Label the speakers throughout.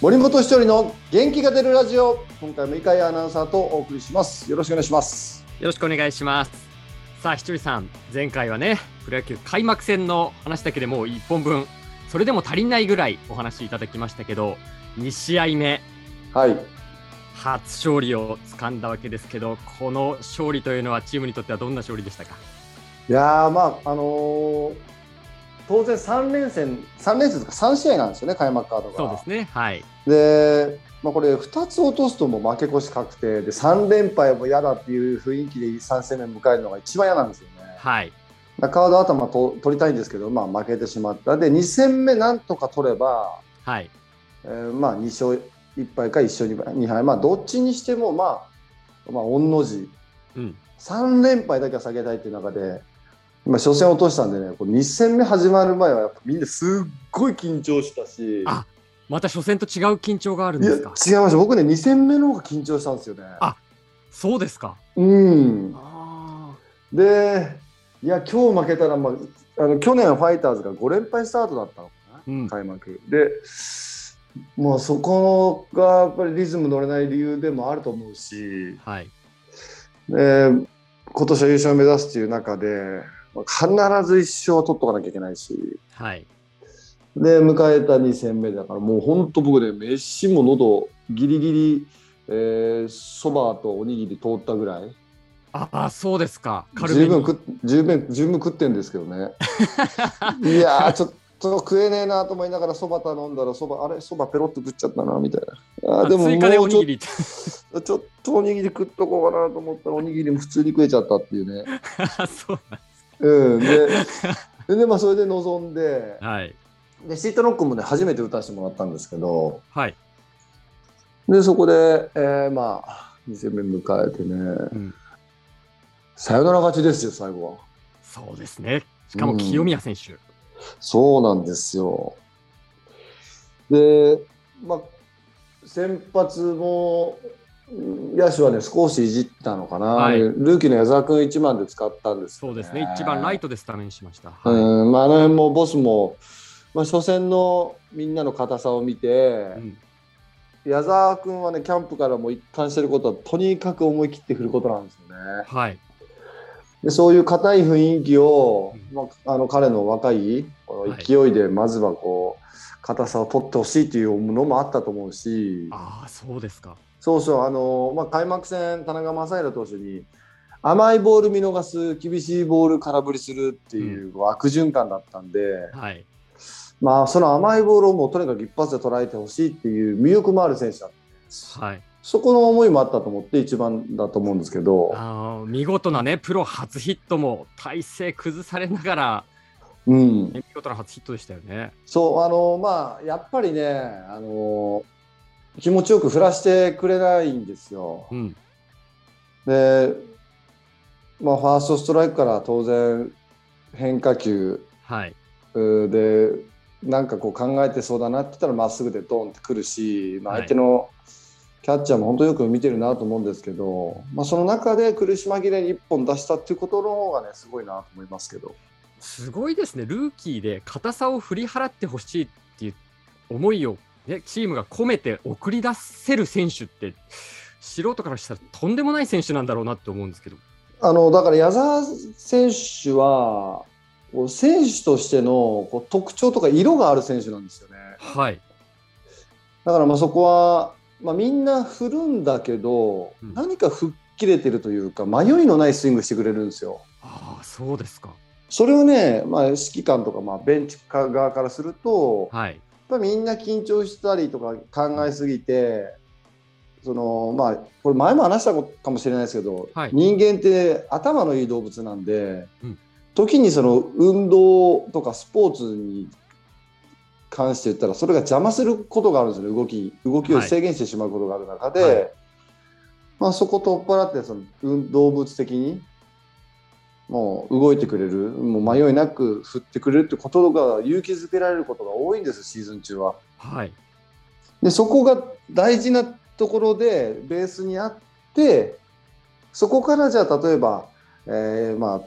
Speaker 1: 森本一人の元気が出るラジオ今回も井いアナウンサーとお送りしますよろしくお願いします
Speaker 2: よろしくお願いします。さあ、ひとりさん、前回はね、プロ野球開幕戦の話だけでもう1本分、それでも足りないぐらいお話いただきましたけど、2試合目、
Speaker 1: はい
Speaker 2: 初勝利を掴んだわけですけど、この勝利というのはチームにとってはどんな勝利でしたか
Speaker 1: いやーまああのー当然3連戦3連戦とか3試合なんですよね開幕カードが
Speaker 2: そうですね、はい。
Speaker 1: で、まあ、これ2つ落とすともう負け越し確定で3連敗も嫌だっていう雰囲気で3戦目迎えるのが一番嫌なんですよね。
Speaker 2: はい。
Speaker 1: だからカード頭と取りたいんですけど、まあ、負けてしまったで2戦目なんとか取れば、
Speaker 2: はい。
Speaker 1: えーまあ、2勝1敗か1勝 2, 敗2敗、まあ、どっちにしても、まあ、まあ御の字
Speaker 2: うん。
Speaker 1: 3連敗だけは避けたいっていう中で、まあ、初戦落としたんでねこう2戦目始まる前はやっぱみんなすっごい緊張したし。
Speaker 2: あまた初戦と違う緊張があるん
Speaker 1: い
Speaker 2: で
Speaker 1: や違
Speaker 2: す
Speaker 1: い
Speaker 2: か
Speaker 1: ました僕ね2戦目の方が緊張したんですよね。
Speaker 2: あそうですか。
Speaker 1: うん、
Speaker 2: あ
Speaker 1: でいや今日負けたら、まあ、あの去年ファイターズが5連敗スタートだったのかな
Speaker 2: あ。うん。
Speaker 1: 開幕でもうそこがやっぱりリズム乗れない理由でもあると思うし、
Speaker 2: はい。
Speaker 1: えー今年は優勝を目指すという中でまあ必ず1勝は取っとかなきゃいけないし
Speaker 2: はい。
Speaker 1: で迎えた2戦目だからもう本当僕ね飯も喉ギリギリえーそば、とおにぎり通ったぐらい
Speaker 2: ああ、そうですか。軽め
Speaker 1: 十
Speaker 2: に
Speaker 1: 分食っ十分十分食ってんですけど ねいやーちょっと食えねえなと思いながらそば頼んだらそばあれそばペロッと食っちゃったなみたいなあー
Speaker 2: あ
Speaker 1: でもも
Speaker 2: 追加でお
Speaker 1: うち
Speaker 2: に
Speaker 1: ょ
Speaker 2: ぎり。
Speaker 1: ちょっとおにぎり食っとこうかなと思ったらおにぎりも普通に食えちゃったっていうね
Speaker 2: そうなん
Speaker 1: うん でででまあそれで臨んで
Speaker 2: はい。
Speaker 1: でシートノックもね初めて打たせてもらったんですけど
Speaker 2: はい。
Speaker 1: でそこで、えーまあ2戦目迎えてね
Speaker 2: うん
Speaker 1: さよなら勝ちですよ最後は
Speaker 2: そうですね。しかも清宮選手。
Speaker 1: そうなんですよ。で、まあ、先発もうん野手はね、少しいじったのかな、
Speaker 2: はい
Speaker 1: ルーキーの矢沢君1番で使ったんです
Speaker 2: そうですね。一番ライトでスタメンしました。はい。
Speaker 1: うんまあ、あの辺もボスも、まあ、初戦のみんなの硬さを見て、
Speaker 2: うん
Speaker 1: 矢沢君はね、キャンプからも一貫してることは、とにかく思い切って振ることなんですよね。
Speaker 2: はい。
Speaker 1: でそういう硬い雰囲気を、
Speaker 2: う
Speaker 1: まあ、あの彼の若いこの
Speaker 2: はい
Speaker 1: 勢いでまずはこう硬さを取ってほしいというのもあったと思うし
Speaker 2: ああ、そうですか。
Speaker 1: そうそうあの、まあ、開幕戦田中将大投手に甘いボール見逃す厳しいボール空振りするっていう悪循環だったんで、
Speaker 2: はい。
Speaker 1: まあ、その甘いボールをもうとにかく一発で捉えてほしいっていう魅力もある選手だ
Speaker 2: はい。
Speaker 1: そこの思いもあったと思って一番だと思うんですけど。
Speaker 2: あー見事なね、プロ初ヒットも体勢崩されながら、
Speaker 1: うん
Speaker 2: ね見事な初ヒットでしたよね。
Speaker 1: そう、あの、まあ、やっぱりね、あの、気持ちよく振らしてくれないんですよ
Speaker 2: う。ん。
Speaker 1: で、まあ、ファーストストライクから当然、変化球
Speaker 2: はい。
Speaker 1: うで、なんかこう考えてそうだなって言ったら、まっすぐでドンってくるし、まあ、
Speaker 2: はい
Speaker 1: 相手のキャッチャーも本当よく見てるなと思うんですけど、まあ、その中で苦し紛れに1本出したっていうことの方がね、すごいなと思いますけど。
Speaker 2: すごいですね。ルーキーで硬さを振り払ってほしいっていう思いを、ね、チームが込めて送り出せる選手って、素人からしたらとんでもない選手なんだろうなって思うんですけど。
Speaker 1: あのだから矢沢選手はこう選手としてのこう特徴とか色がある選手なんですよね。
Speaker 2: はい。
Speaker 1: だからまあそこは、まあ、みんな振るんだけど、
Speaker 2: うん
Speaker 1: 何か吹っ切れてるというか迷いのないスイングしてくれるんですよ。
Speaker 2: ああ、そうですか。
Speaker 1: それをね、まあ、指揮官とかまあベンチ側からすると、
Speaker 2: はい。
Speaker 1: やっぱみんな緊張したりとか考えすぎて、そのまあ、これ前も話したかもしれないですけど、
Speaker 2: はい
Speaker 1: 人間って頭のいい動物なんで、
Speaker 2: うん
Speaker 1: 時にその運動とかスポーツに関して言ったらそれが邪魔することがあるんですよね動き動きを制限してしまうことがある中で、
Speaker 2: はいはい
Speaker 1: まあ、そこ取っ払ってその運動物的にもう動いてくれるもう迷いなく振ってくれるってことが勇気づけられることが多いんですシーズン中は。
Speaker 2: はい。
Speaker 1: でそこが大事なところでベースにあってそこからじゃあ例えば、えーまあ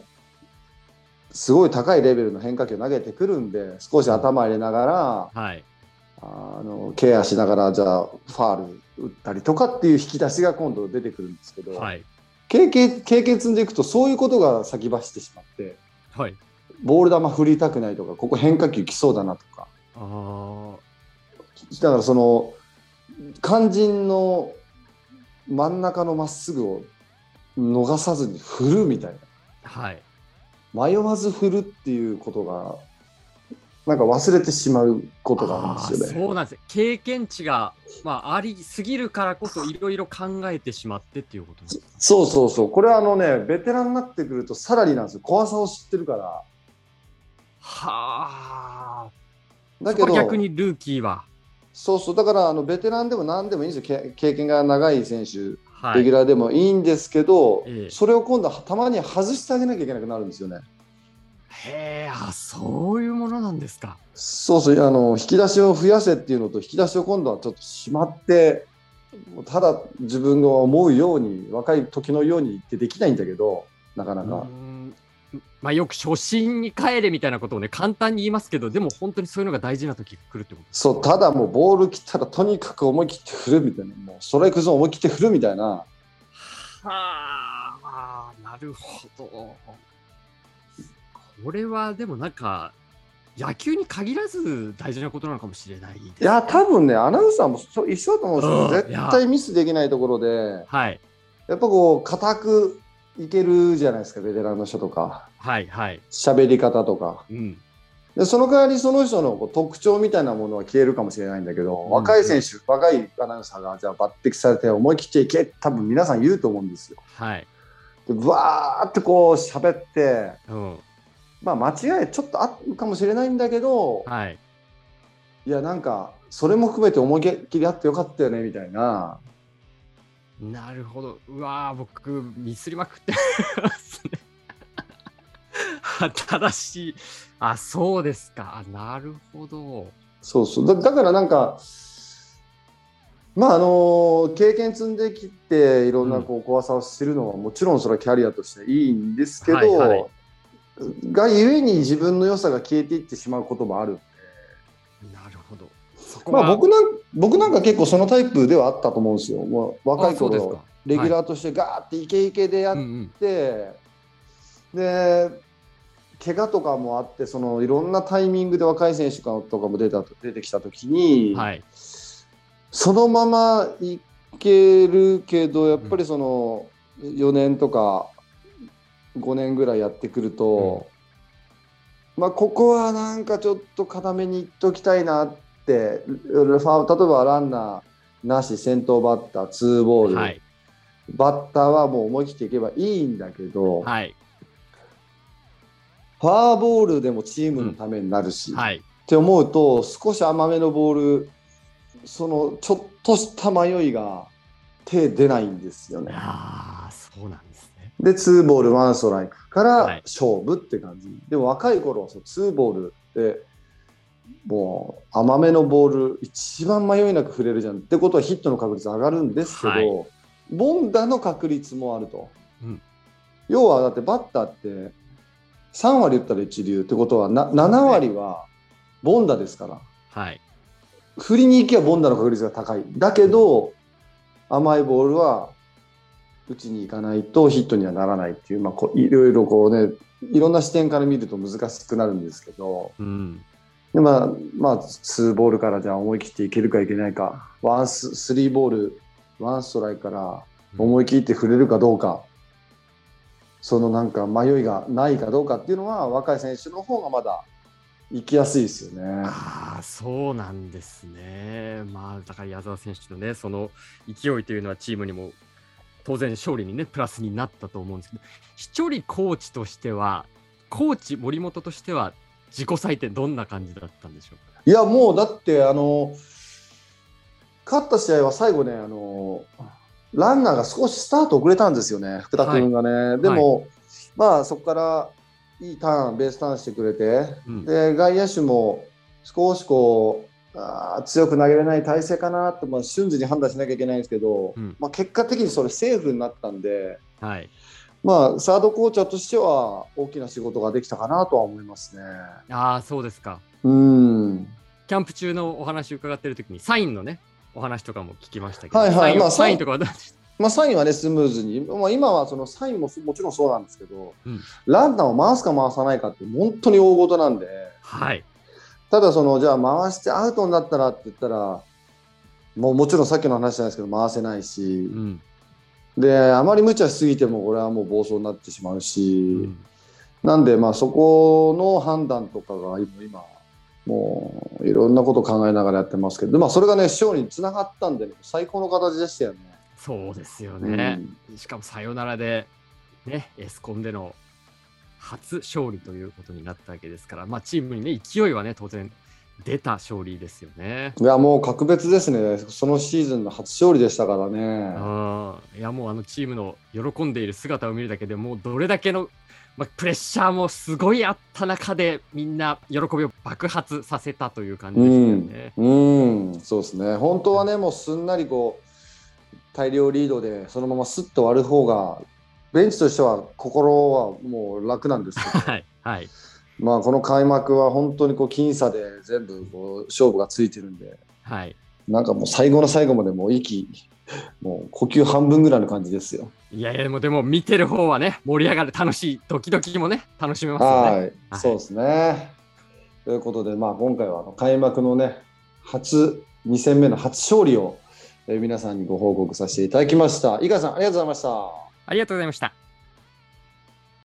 Speaker 1: すごい高いレベルの変化球を投げてくるんで少し頭入れながら
Speaker 2: はい。
Speaker 1: あのケアしながらじゃあファール打ったりとかっていう引き出しが今度出てくるんですけど、
Speaker 2: はい。
Speaker 1: 経験経験積んでいくとそういうことが先走ってしまって
Speaker 2: はい。
Speaker 1: ボール球振りたくないとかここ変化球来そうだなとか
Speaker 2: ああ。
Speaker 1: だからその肝心の真ん中のまっすぐを逃さずに振るみたいな
Speaker 2: はい。
Speaker 1: 迷わず振るっていうことがなんか忘れてしまうことがあるんですよ
Speaker 2: あー
Speaker 1: ね。
Speaker 2: そうなんですよ経験値が、まあ、ありすぎるからこそいろいろ考えてしまってっていうことです
Speaker 1: そうそうそうこれはあのねベテランになってくるとさらになんですよ怖さを知ってるから
Speaker 2: はあ
Speaker 1: だけ
Speaker 2: これ
Speaker 1: ど
Speaker 2: 逆にルーキーは、
Speaker 1: そうそうだからあのベテランでも何でもいいんですよけ経験が長い選手
Speaker 2: は
Speaker 1: レギュ
Speaker 2: い、
Speaker 1: ラーでもいいんですけど、
Speaker 2: ええ
Speaker 1: それを今度はたまに外してあげなきゃいけなくなるんですよね。
Speaker 2: へえあそういうものなんですか
Speaker 1: そうそうあの引き出しを増やせっていうのと引き出しを今度はちょっとしまってもうただ自分が思うように若い時のようにってできないんだけどなかな
Speaker 2: う
Speaker 1: か、
Speaker 2: ーんまあよく初心に帰れみたいなことをね簡単に言いますけどでも本当にそういうのが大事な時が来るってこと
Speaker 1: そうただもうボール来たらとにかく思い切って振るみたいなもうストライクゾーン思い切って振るみたいな
Speaker 2: はあなるほどこれはでもなんか野球に限らず大事なことなのかもしれないですね
Speaker 1: いや多分ねアナウンサーもそう一緒だと思うんですよ
Speaker 2: うん
Speaker 1: 絶対ミスできないところで
Speaker 2: はい
Speaker 1: やっぱこう固くいけるじゃないですかベテランの人とか
Speaker 2: はいはい。
Speaker 1: 喋り方とか
Speaker 2: うん。
Speaker 1: でその代わりその人のこう特徴みたいなものは消えるかもしれないんだけど、
Speaker 2: うん
Speaker 1: 若い選手若いアナウンサーがじゃあ抜擢されて思い切っていけ多分皆さん言うと思うんですよ。
Speaker 2: はい。
Speaker 1: でわーってこう喋って、
Speaker 2: うん。
Speaker 1: まあ、間違いちょっとあるかもしれないんだけど、
Speaker 2: はい。
Speaker 1: い、やなんかそれも含めて思いっきりあってよかったよねみたいな
Speaker 2: なるほど。うわー、僕、ミスりまくってますね。新しい。あ、そうですか。あなるほど。
Speaker 1: そうそうだだからなんかまああの経験積んできていろんなこう怖さを知るのはもちろんそれはキャリアとしていいんですけど、
Speaker 2: はいはい
Speaker 1: がゆえに自分の良さが消えていってしまうこともある、
Speaker 2: なるほど。そこ
Speaker 1: ま
Speaker 2: は、
Speaker 1: あ、僕なん僕なんか結構そのタイプではあったと思うんですよ、まあ、若い
Speaker 2: あそうです
Speaker 1: 頃
Speaker 2: か。
Speaker 1: レギュ
Speaker 2: は
Speaker 1: ラーとしてガーってイケイケでやっ
Speaker 2: いうんうん。
Speaker 1: でで怪我とかもあってそのいろんなタイミングで若い選手とかも出た出てきた時に、
Speaker 2: はい。
Speaker 1: そのままいけるけどやっぱりその4年とか5年ぐらいやってくると、まあここはなんかちょっと固めにいっときたいなってルファ例えばランナーなし先頭バッターツーボール、
Speaker 2: はい。
Speaker 1: バッターはもう思い切っていけばいいんだけど、
Speaker 2: はい。
Speaker 1: ファーボールでもチームのためになるし、
Speaker 2: はい。
Speaker 1: って思うと少し甘めのボールそのちょっとした迷いが手出ないんですよね。
Speaker 2: ああ、そうなんですね。
Speaker 1: で2ボール1ストライクか
Speaker 2: はい
Speaker 1: ら勝負って感じ、でも若い頃はそう2ボールでもう甘めのボール一番迷いなく振れるじゃんってことはヒットの確率上がるんですけど、
Speaker 2: はい
Speaker 1: ボンダの確率もあると、
Speaker 2: うん
Speaker 1: 要はだってバッターって3割打ったら一流ってことはな7割はボンダですから
Speaker 2: はい。
Speaker 1: 振りに行けばボンダの確率が高いだけど甘いボールは打ちに行かないとヒットにはならないっていう、まあ、こういろいろこうねいろんな視点から見ると難しくなるんですけど
Speaker 2: うん。
Speaker 1: で、まあ、まあ2ボールからじゃあ思い切っていけるかいけないかワンススリーボールワンストライクから思い切って振れるかどうか、そのなんか迷いがないかどうかっていうのは若い選手の方がまだ行きやすいですよね。
Speaker 2: ああそうなんですね。まあだから矢沢選手のねその勢いというのはチームにも当然勝利にねプラスになったと思うんですけど一人コーチとしてはコーチ森本としては自己採点どんな感じだったんでしょうか
Speaker 1: いやもうだってあの勝った試合は最後ねあのランナーが少しスタート遅れたんですよね福田君がね、でも、まあそこからいいターンベースターンしてくれて、
Speaker 2: うん
Speaker 1: で外野手も少しこうあー強く投げれない体勢かなと、まあ、瞬時に判断しなきゃいけないんですけど、
Speaker 2: うん
Speaker 1: まあ、結果的にそれセーフになったんで、
Speaker 2: はい
Speaker 1: まあ、サードコーチャーとしては大きな仕事ができたかなとは思いますね。
Speaker 2: ああそうですか
Speaker 1: うん
Speaker 2: キャンプ中のお話伺ってる時に、サインのね、お話とかも聞きましたけど、
Speaker 1: はいはい
Speaker 2: サイン,、
Speaker 1: まあ
Speaker 2: サインとかはどうでした
Speaker 1: まあ、サインはね、スムーズに、まあ、今はそのサインもそもちろんそうなんですけど、
Speaker 2: うん
Speaker 1: ランナーを回すか回さないかって本当に大ごとなんで、
Speaker 2: はい。
Speaker 1: ただその、じゃあ回してアウトになったらって言ったら、もうもちろんさっきの話じゃないですけど、回せないし
Speaker 2: う、ん。
Speaker 1: で、あまり無茶しすぎても、これはもう暴走になってしまう
Speaker 2: う
Speaker 1: し、
Speaker 2: ん
Speaker 1: なんで、まあ、そこの判断とかが今、今もういろんなことを考えながらやってますけど、でまあ、それがね、賞につながったんで、最高の形でしたよね。
Speaker 2: そうですよね
Speaker 1: う。ん
Speaker 2: しかもさよならで、ね、エスコンでの初勝利ということになったわけですから、まあ、チームにね、勢いはね、当然出た勝利ですよね。
Speaker 1: いや、もう格別ですね。そのシーズンの初勝利でしたからね。
Speaker 2: うんいや、もうあのチームの喜んでいる姿を見るだけでもうどれだけの、まあ、プレッシャーもすごいあった中で、みんな喜びを爆発させたという感じ
Speaker 1: う
Speaker 2: でしたよ
Speaker 1: ん
Speaker 2: ね。、
Speaker 1: うん、そうですね。本当はね、もうすんなりこう、大量リードで、そのまますっと割る方が、ベンチとしては心はもう楽なんですけ ど、
Speaker 2: はい、はい、
Speaker 1: まあ、この開幕は本当にこう、僅差で全部こう勝負がついてるんで、
Speaker 2: はい。
Speaker 1: なんかもう最後の最後までもう息、もう呼吸半分ぐらいの感じですよ。
Speaker 2: いやいや、でもでも見てる方はね、盛り上がる、楽しい、ドキドキもね、楽しめますよね。
Speaker 1: はい、
Speaker 2: はい
Speaker 1: そうですね。ということで、まあ、今回はあの開幕のね、初、2戦目の初勝利を、えー皆さんにご報告させていただきました。伊賀さん、ありがとうございました。
Speaker 2: ありがとうございました。